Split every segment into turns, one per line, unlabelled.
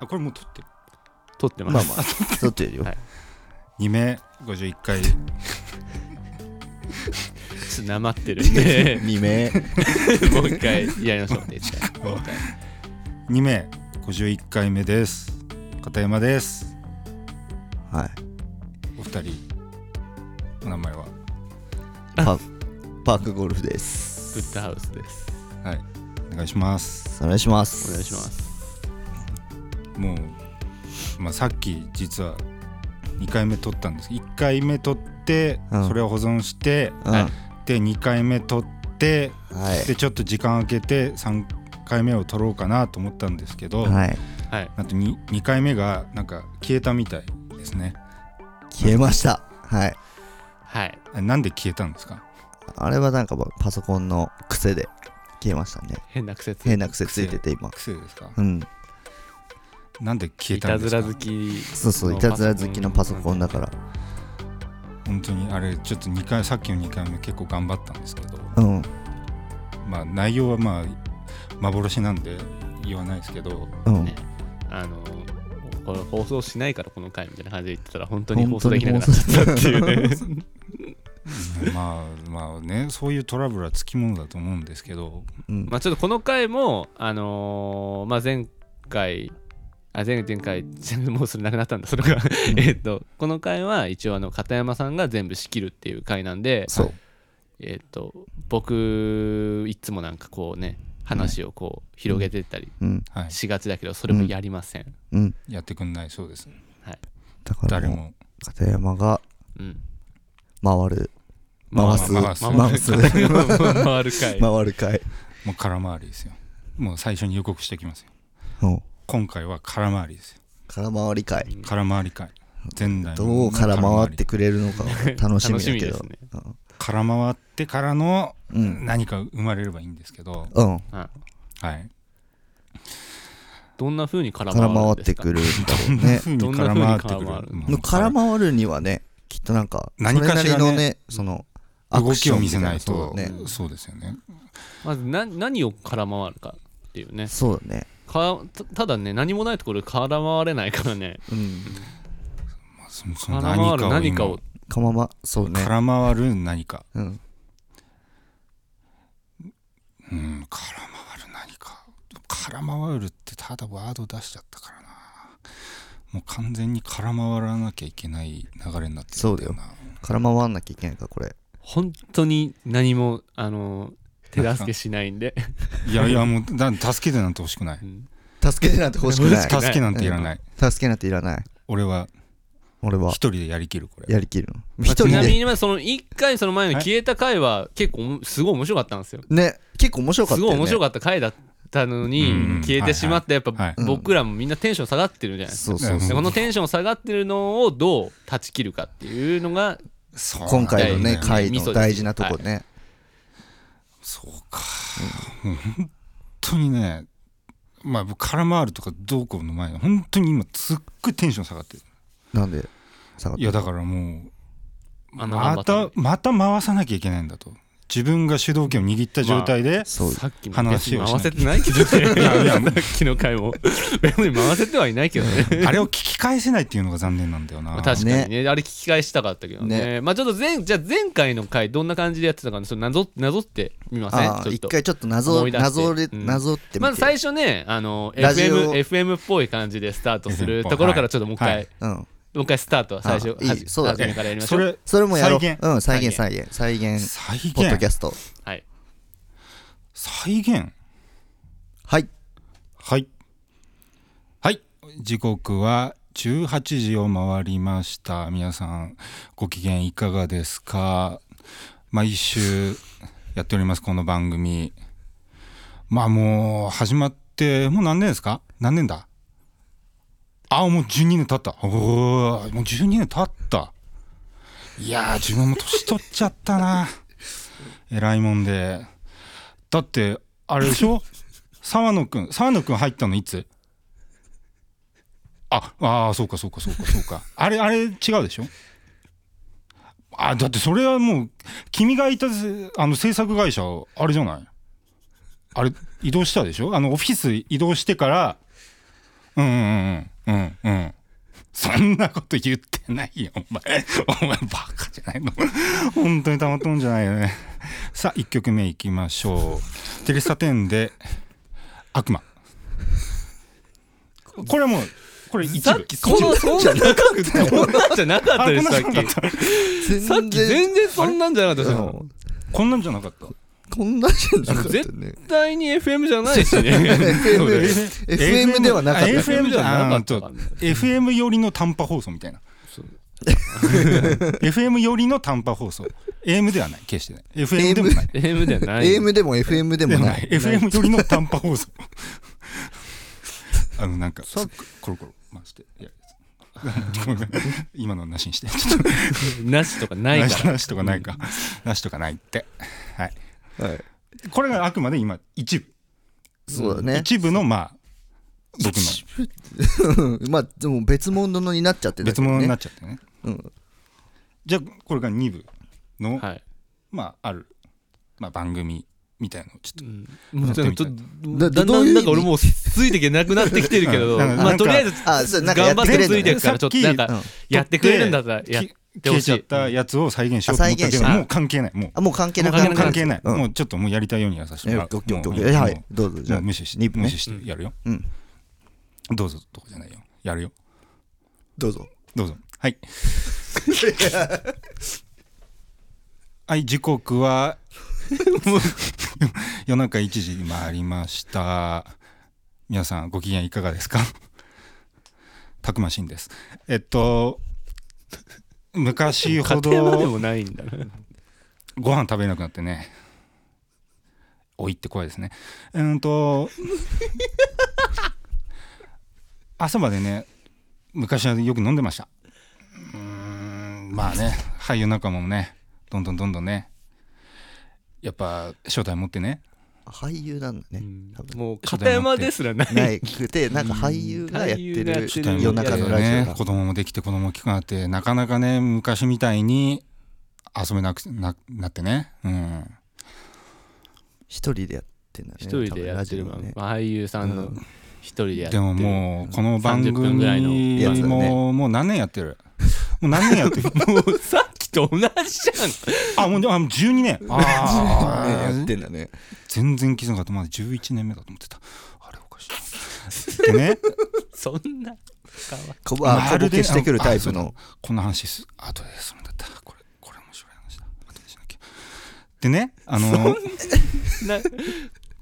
あこれもう撮ってる
撮ってます、
まあまあ、撮ってるよ。
はい
2名51回
ちょっとなまってるんで
2名。
もう一回やりましょ うね一回
2名51回目です片山です
はい。
お二人お名前は
パパークゴルフです。
ブッダハウスです
はいお願いします
お願いしま
お
す。
願いします
もう、まあ、さっき実は2回目撮ったんです1回目撮って
うん
それを保存して、
うん。
はい
で2回目撮って
はい。
でちょっと時間空けて3回目を撮ろうかなと思ったんですけど、
はい。
はい
なんと 2, 2回目がなんか消えたみたいですね
消えました。はい。
はい
あなんで消えたんですか
あれはなんかパソコンの癖で消えましたね。
変な癖つ
変な癖ついてて今。
癖ですか
うん。
なんで消え
い
た
た
んで
ず
す
ら
か
好き
そうそう、いたずら好きのパソコンだから。
本当にあれちょっと2回さっきの2回目結構頑張ったんですけど
うん。
まあ内容はまあ幻なんで言わないですけ ど
うん
ね。あのこれ放送しないからこの回みたいな感じで言ってたら本当に放
本
送
当
で
に
きな
放
くなっ
送
たっていうね
まあまあねそういうトラブルはつきものだと思うんですけど
うん
まあちょっとこの回もあのーまあ前回あ前前回もうそれなくな ったんだそれがえっとこの回は一応あの片山さんが全部仕切るっていう回なんで
そう。
えっと僕いつもなんかこうね話をこう広げてったり
うん。
はい
しがちだけどそれもやりません
うん。
やってくんないそうです
だから、
誰
も
も
う片山が
うん
回る。
回
回
す
す。
回
回
す
す。
回る回
回る回。
もう空回りですよもう最初に予告しておきますよ
うん。
今回は空回りですよ
空回り回。
空回り会前代
どう空回ってくれるのか楽し
楽
み
しみ
だ
で
けど
す。ね
空回ってからの
うん。
何か生まれればいいんですけど、
うん。
うん
はい
どんな風に絡
空
ま
回
るん
っ
です
て
か
くるんだろう
どんな
ね。
風に
どんな
空
風
回っ
に
てくる
絡まる
まあ
の空回るにはね、きっとなんか、
何かしらね
それなりのね、その、ア
動
ク
き
シ
を
ョン
見
みた
せ
い
ないと
そうだね。
うん
そうですよね
まずな何を空回るかっていうね
そうだね。
かたただね何もないところで空回れないからね
うん。
まあそその
空回る何
何か
か
を
を
かまま、そう
今
ね。
空回る何か
うん。
うん空回る何か空回るってただワード出しちゃったからなもう完全に空回らなきゃいけない流れになってるんだよな
空回んなきゃいけないから、これ。
本当に何もあの手助けしないんで、
いやいやもうだ助けてなんて欲しくない
うん
助けてなん て欲しくない。
助けなんていらない
助けなんていらない。
俺は
俺は
一、人でやりきるこれ
やりきるの。
まあ
一 人
ちなみ
で。
にまあその1回その前の
はい
消えた回は結構おもすごい面白かったんですよ
ね、結構面白かっ
す
た
ご
よ
い
ね。
面白かった回だったのに
うんうん
消えてしまってやっぱ
はい
はい
僕らもみんなテンション下がってるじゃないですか
そうそう
うん
で
そう。
このテンション下がってるのをどう断ち切るかっていうのが
そう
今回のね、
だよ
回の大事なとこね。
そうか、もう本当にねまあ僕空回るとかどうこうの前に本当に今すっごいテンション下がってる
なんで、下がっ
い
た
やだからもう
あの
またまた回さなきゃいけないんだと自分が主導権を握った状態で、
そう。
さっきも別
話
に
をしない
回せて ないけどね
いや
さっきの回も 別に回せてはいないけどね
あれを聞き返せないっていうのが残念なんだよな
まあ確かにねあれ聞き返したかったけどね
ね
まあちょっと前じゃあ前回の回どんな感じでやってたかねそれなぞなぞってみません
ああ、
ちょっ
一
と
回ちょっとな
思
ぞ、
い出して
なぞれ、
うん
なぞってみて。
まず最初ねあの
ラジ
FM,
オ
FM っぽい感初感じでスタートするところからちょっともう一回、
はい
うん。
もう一回スタート最初
あいい
はじ
そうだね
初めからやりまし
そ
ょう
れ
それもやろう。
再現
うん、再現、再現。再現、
再現
ポッドキャスト。
はい
再現
はい。
はいはい時刻は18時を回りました皆さんご機嫌いかがですか毎週やっておりますこの番組まあもう始まってもう何年ですか何年だあもう12年経ったおーもう12年経ったいやー自分も年取っちゃったな 偉いもんでだってあれでしょ沢野くん沢野くん入ったのいつああーそうかそうかそうかそうかあれあれ違うでしょあだってそれはもう君がいたぜあの制作会社あれじゃないあれ移動したでしょあのオフィス移動してからうんうんうんうんうんそんなこと言ってないよお前お前バカじゃないの本当にたまっとんじゃないよねさあ1曲目いきましょうテレサテンで「悪魔」これはもうこれ一
さっ
部
きそんなそんなんじゃなかったそんなんじゃなかったですさっきさっ
全
き全然そんなんじゃなかったですよ
うん
こんなんじゃなかった
こんなんじゃなかったね
絶対に FM じゃないしね
FM ではなかった
FM じゃなかっ
あ
た
ー
FM 寄りの短波放送みたいな FM 寄りの短波放送 AM ではない決してない FM でもない
FM じゃない
AM でも FM
で
でも
も
な
ないい FM 寄りの短波放送 あのなんか
さ
コロコロ回していやごめん今のなしにしてちょっと
なしとかない
な
か
し
ら
なしとかないかなしとかないってはい
はい
これがあくまで今一部
そうだね
一部のまあ僕の
うん まあでも別物のになっちゃってたけ
別
どね
物になっちゃってね
うん
じゃあこれが2部の、
はい
まあある、まあ、番組みたいのをちょっと
もうちょっと
やっ
だんだん
どういう意味
なんか俺もうついていけなくなってきてるけ
う
ど
んなんか
まあとりあえず
あそうなんかや
頑
って
張っ
くれ
て
る
ついて
ん
る
だ
からちょっとなん
うん
かやってくれるんだったらやっ
き
てほ
消え
し
ちゃ
い
ったやつを再現しようと思ったけど
あ再現した
もう関係ないもう
あもう関係なく
もう
もう関係ない、
うん
もうちょっともうやりたいようにやらさせて
え
も
オ
ら
ッ
う
ケーオッケーオ
も
ッ
う
ケーはい
も
どうぞ
う
じゃ
も
あ
う無視して
二部ね
無視してやるよ、
うん
どうぞとかじゃないよやるよ
どうぞ
どうぞはい はい時刻は もう夜中1時回りました皆さんご機嫌いかがですかたくましいんですえっと昔
家
ほ
庭まで
ど
もないんだな
ご飯食べれなくなってねおいって怖いですねうーんと 朝までね昔はよく飲んでましたうーんまあね俳優仲間もねどんどんどんどんねやっぱ正体持ってね
俳優なんだね多分
もう片山ですらない
ないくてなんか俳優がやっ
うん俳
て
優がや
る
ってる
夜中のラジオ
ね
が
子供もできて子供も大きくなってなかなかね昔みたいに遊べなくななってねうん
一人でやってんだね
一人でやってる
多分ラジオ
も
は
ん
ね
俳優さんの
うん
一人でやっ
で
てる
ももうこの番
30分ぐらい
組
の
やつだね
もうもう何年やってる もう何年やってる
もうさっきと同じじゃん
あもうでもあもう12年 あ
ねや
ー
ってんだね
全然気づかなかったまだ11年目だと思ってたあれおかしいなでね
そんな変わ
こあ
ま
小
る
ボ
で
ケしてくるタイプ
あ
の
こんな話す後でするんだったこれこれ面白い話だ後でしなきゃでねあ の
な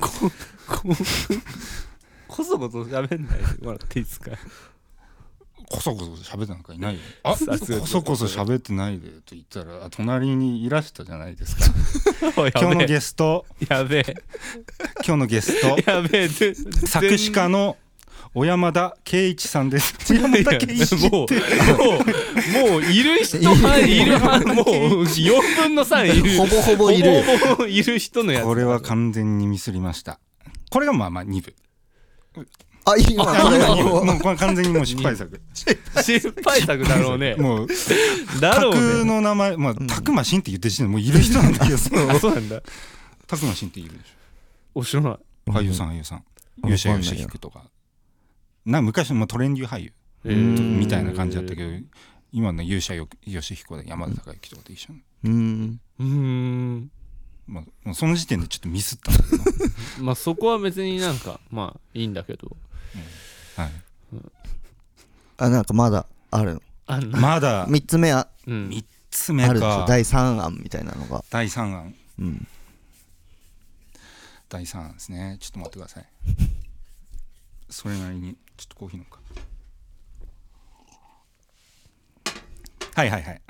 こここそこそ喋んないでもらっていいですか
こそこそ喋ってなんかいないよあ
さすが
こそこそ喋ってないでと言ったらあ隣にいらしたじゃない ですか今日のゲスト
やべえ
今日のゲスト
やべえぜ
作詞家の小山田圭一さんです。小山田圭一って
もうもうもういる人はいるはもう4分の3いる
ほぼほぼいるよ
ほぼほぼいる人のやつ
これは完全にミスりました。これがまあまあ2部。
あ今
あ
これは
もう
も
もうこれ完全にもう失敗作。
失敗作だろ うね
もう
だろ
架
う
空
ね
の名前、まあたくましんって言ってる時点でもういる人なんだ けど、
あそうなんだ
たくましんっているでし
お知らない
ょ。
うん
俳優さん俳優さん。
うん
勇者よしひくとか。な昔のまあトレンディー俳優
うん
みたいな感じだったけど、今の勇者よしひこで山田孝之とかと一緒に。
ううん
うーん
まあもうその時点でちょっとミスったんだけど。
まあそこは別になんかまあいいんだけど
はい
あなんかまだあるの
あの
まだ
3つ目あ
うん
3つ目
あるでし
か
ょ。第3案みたいなのが
第3案
うん
第3案ですねちょっと待ってくださいそれなりにちょっとコーヒー飲むかはいはいはい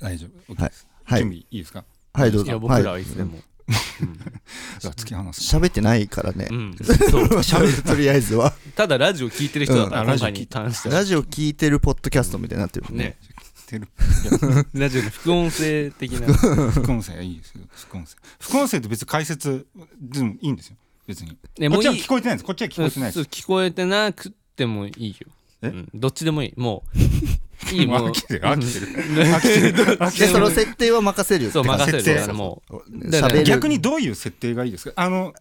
大丈夫 OK です、
はい
準備いいですか
はいどう
い
ぞ
や僕ら
は
はい
い
つでも
じゃあ突き放す
喋ってないからね
うんそう
とりあえずは
ただラジオ聞いてる人だから
うん
今回に関しては
ラジオ聞いてるポッドキャストみたいになってるもんね
ね
てる
ラジオの副音声的 な
副音声はいいですよ副音声副音声って別に解説でもいいんですよ別に
ね
こっ
もう
ち
い
はい聞こえてないですこっちは聞こえてない
そう
です
聞こえてなくてもいいよ
え
うんどっちでもいいも ういいもう
飽きてる飽きてる
うん
飽きてる飽きて
で
る
その設定は任せるよって
そう
感
任
じ
せる
設定
だからもう
喋る
逆にどういう設定がいいですかあの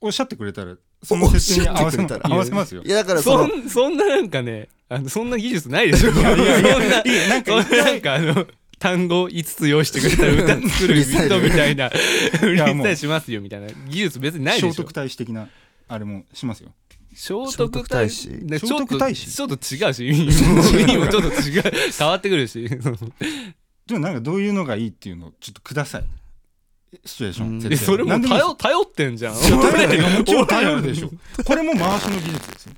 おっしゃってくれたらその説に合わせ
おっしゃってくれたら
合わせますよ
い。やだからそ
そ
の
んそんななんかねあのそんな技術ないでし ょ
いやいやいや
そんない
やなんか
そんななんかあの単語5つ用意してくれ たら歌作る人みたいな 売り
やもう
伝えしますよみたいな技術別にないで
聖
しょ
徳太子的なあれもしますよ。
聖徳太子
聖
子
ねちょ
聖
っと
徳太子
ちょっと 違うし意味も意味もちょっと違う変わってくるし
でもなんかどういうのがいいっていうのをちょっとください。シチュエーショ
うん
ン。
えそれも
何でいいです
頼頼ってんじゃ
い
ん
や頼るいやもちろん
俺
頼るでしょ。これも回しの技術 ですよ。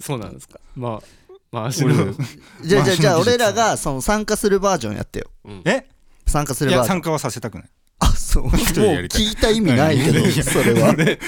そうなんですかまあまあ 足
俺
の
の
じゃあじゃあじゃあ
マシン技術
俺らがその参加するバージョンやってよ
え
参加す
い
るバ
や
ージョン
参加はさせたくない。
あそうもう
人でやりたい
聞いた意味ないけど
いやいや
それ は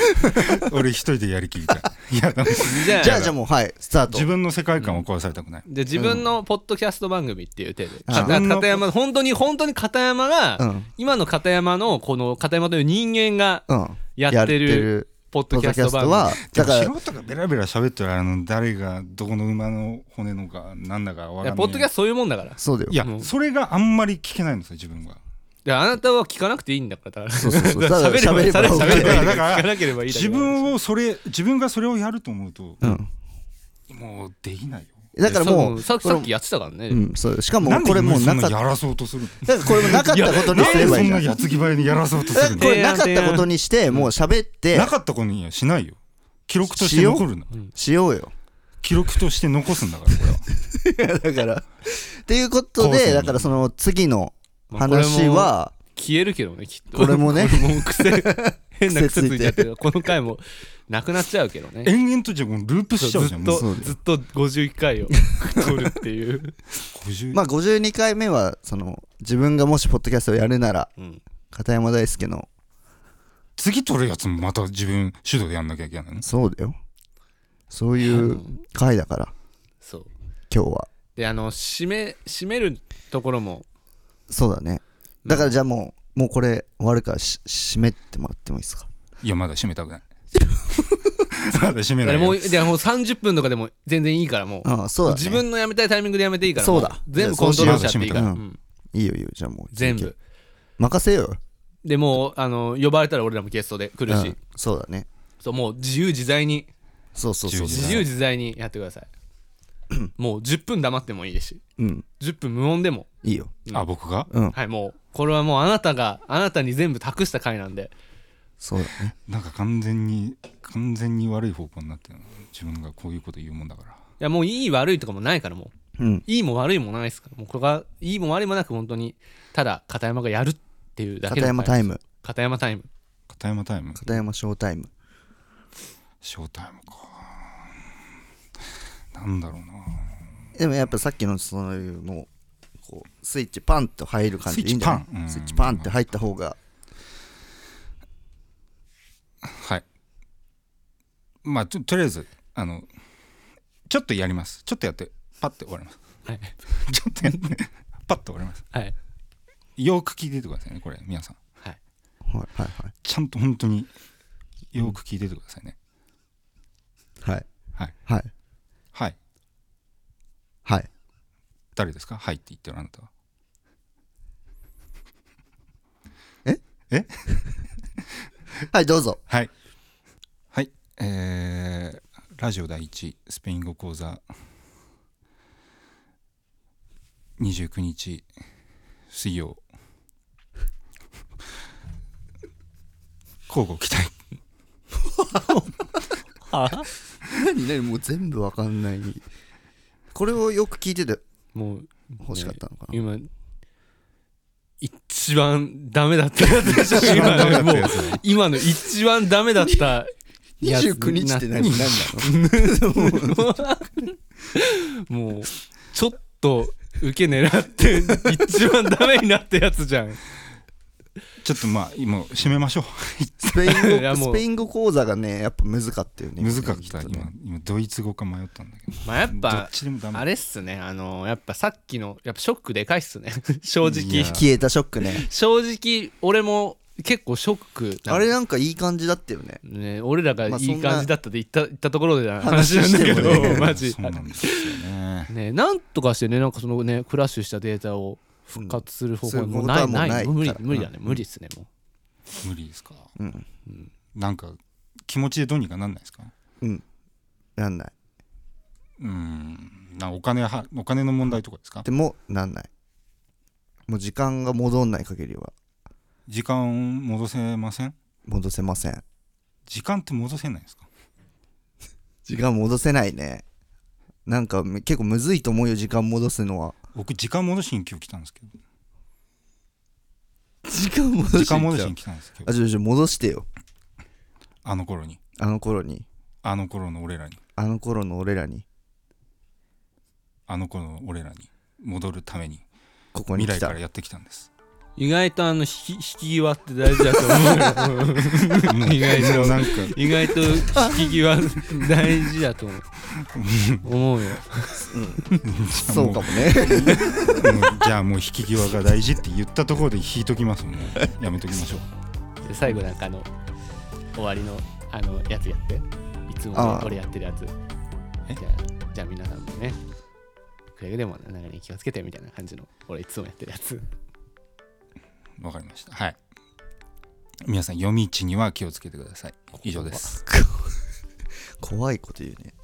俺一人でやりきり たい。いやなんか
じ ゃあ
じゃあじゃあもうはいスタート
自分の世界観を壊されたくない。
で自分のポッドキャスト番組っていう手で、
うん
か
自分の
片山本当に本当に片山が、
うん
今の片山のこの片山という人間が
うん
やってるポッ
ポ
ド
ッ
キ
ド
ャ
キ
ス
ャ
ト
スト
番組
はだから
でも素人がベラベラ喋ってるあの誰がどこの馬の骨のかなんだかわ
い
かんな
や
い。
ポッドキャストそういうもんだからい
そうだよ
いや
もう
それがあんまり聞けないんですよ自分が。
やあなたは聞かなくていいんだからだから
そうそうそうた だ
喋れば
喋れば
喋ればいい
だから
聞かなければいいだ
自
け
分をそれ自分がそれをやると思うと
うん
もうできないよ。
だからもう
さ
これ
さっきやってたからね、
うんそうしかも
なんで
これもう
今
な
そん
か
な
った
やらそうとするの。
だからこれもなかったことに
なん
すれ
で
ば
そ
いい
ん
じゃ
なん
だ
やつぎ早にやらそうとす
か
る
ら
の
こ。れなかったことにしてもう喋って
なかったことにはしないよ。記録として残るの。
しようよ
記録として残すんだからこれは。
だからっていうこと
コース
で
に
だからその次の
まあ
話は
消えるけどねきっと
これもね
もう癖変な癖
癖つい
つ
て
いちゃってるこの回もなくなっちゃうけどね
延々とじゃあもうループしち
ず
ゃうじゃん。
っ
もう
そう
と
だよ
ずっと51回を取るって いう、
50
まあ52回目はその自分がもしポッドキャストをやるなら
うん
片山大輔の
次取るやつもまた自分主導でやんなきゃいけないの。
そうだよそうい
あ
う
の
回だから
そう
今日は
であの締め締めるところも
そうだねだからじゃあもうもうこれ終わるからし締めてもらってもいいですか
いやまだ締めたく ない。まだ締め
だ
な
か
い
らもう
よ。
いやもう30分とかでも全然いいからもう
ああそうだね
自分のやめたいタイミングでやめていいから
そうだ
も全部コントロールしちゃっていいから、
じゃ
う
あそうんいいよいいよじゃあもう
全部
任せようよ
でもうあの呼ばれたら俺らもゲストで来るし、
うんそうだね
そうもう自由自在に
そうそうそう
自由自在にやってください もう10分黙ってもいいですし
うん
10分無音でも
いいよ
あ僕が
うん
はいもうこれはもうあなたがあなたに全部託した回なんで
そうだね
なんか完全に完全に悪い方向になってるな自分がこういうこと言うもんだから。
いやもういい悪いとかもないからもう
うん
いいも悪いもないですからもうこれがいいも悪いもなく本当にただ片山がやるっていうだけ
片
の回
山タイム
片山タイム
片山タイム
片山ショータイム
ショータイムか。なんだろうな。
でもやっぱさっきのそのもうこうスイッチパンと入る感じでいいんじゃない
ス
ス
イ
イ
ッ
ッ
チ
チ
パ
パ
ン
ンって入った方が
はい。まあととりあえずあのちょっとやります。ちょっとやってパッて終わります。
はい
ちょっとやってパッと終わります。
はい
よく聞いててくださいねこれ皆さん。
はい
はいはいは
ちゃんと本当によく聞いててくださいね。
いはい
はい
はい
はい
はい
誰ですかはいって言ってるあなたは。
はいどうぞ
はい。はい。えー、ラジオ第一スペイン語講座29日水曜交互期待
何何もう全部わかんないこれをよく聞いてて
もう
欲しかったのかな
今一番ダメだったやつでしょ今
ダメだった
もう
やつね
今の一番ダメだったやつ
29日って何何な
もうちょっと受け狙って一番ダメになったやつじゃん
ちょっとまあ今締めましょう
い
の
や
スペ
もう
イン語スペイン語講座がねやっぱ難かったよね
難かった
今ねきっと
今
ね
今ドイツ語か迷ったんだけど
まあやっ
どっ
ぱ
ちでもダメ
あれっすねあのやっぱさっきのやっぱショックでかいっすね 正
い
直
や
消えたショックね
正直俺も結構ショックな
あれなんかいい感じだったよね
ね、俺らがい
まあそ
い
んな
感じだったって言った,、言ったところでな話なんだけ
話して
ど、
もね
マジ
そうなんですよね
ねなんとかしてねなんかそのねクラッシュしたデータを復活する方法はもうな
う
い
んそういうことはも
な
う
い無理
ないから
無理だね、無理っすねも
無理ですか
うん
なんか気持ちでどうにかなんないですか
うん。なんない。
うんなお金はお金の問題とかですか
でも、なんない。もう時間が戻んない限りは
時間を戻せません
戻せません。
時間って戻せないですか
時間戻せないね。なんかめ結構むずいと思うよ、時間戻すのは。
僕時間戻しに今日来たんですけど
時間戻
時間戻しに来たんですけど
あ、ちょちょ、戻してよ。
あの頃に
あの頃に。
あの頃の俺らに
あの頃の俺らに。
あの頃の俺らに戻るために
ここに
未来
来た
から。やってきたん です
意外とあの引き引き際って大事だと思 うよ
もう
意外と
もうなんか
意外と引き際 大事だ と思う思うよ
そうかもね。
もうじゃあもう引き際が大事って言ったところで引いときますもんやめときましょう
で最後なんかあの終わりのあのやつやっていつも
ああ
俺やってるやつじ
え
ゃあじゃあ皆さんもねくれぐれも流れに気をつけてみたいな感じの俺いつもやってるやつ
わかりましたはい皆さん夜道には気をつけてください以上です
怖いこと言うね。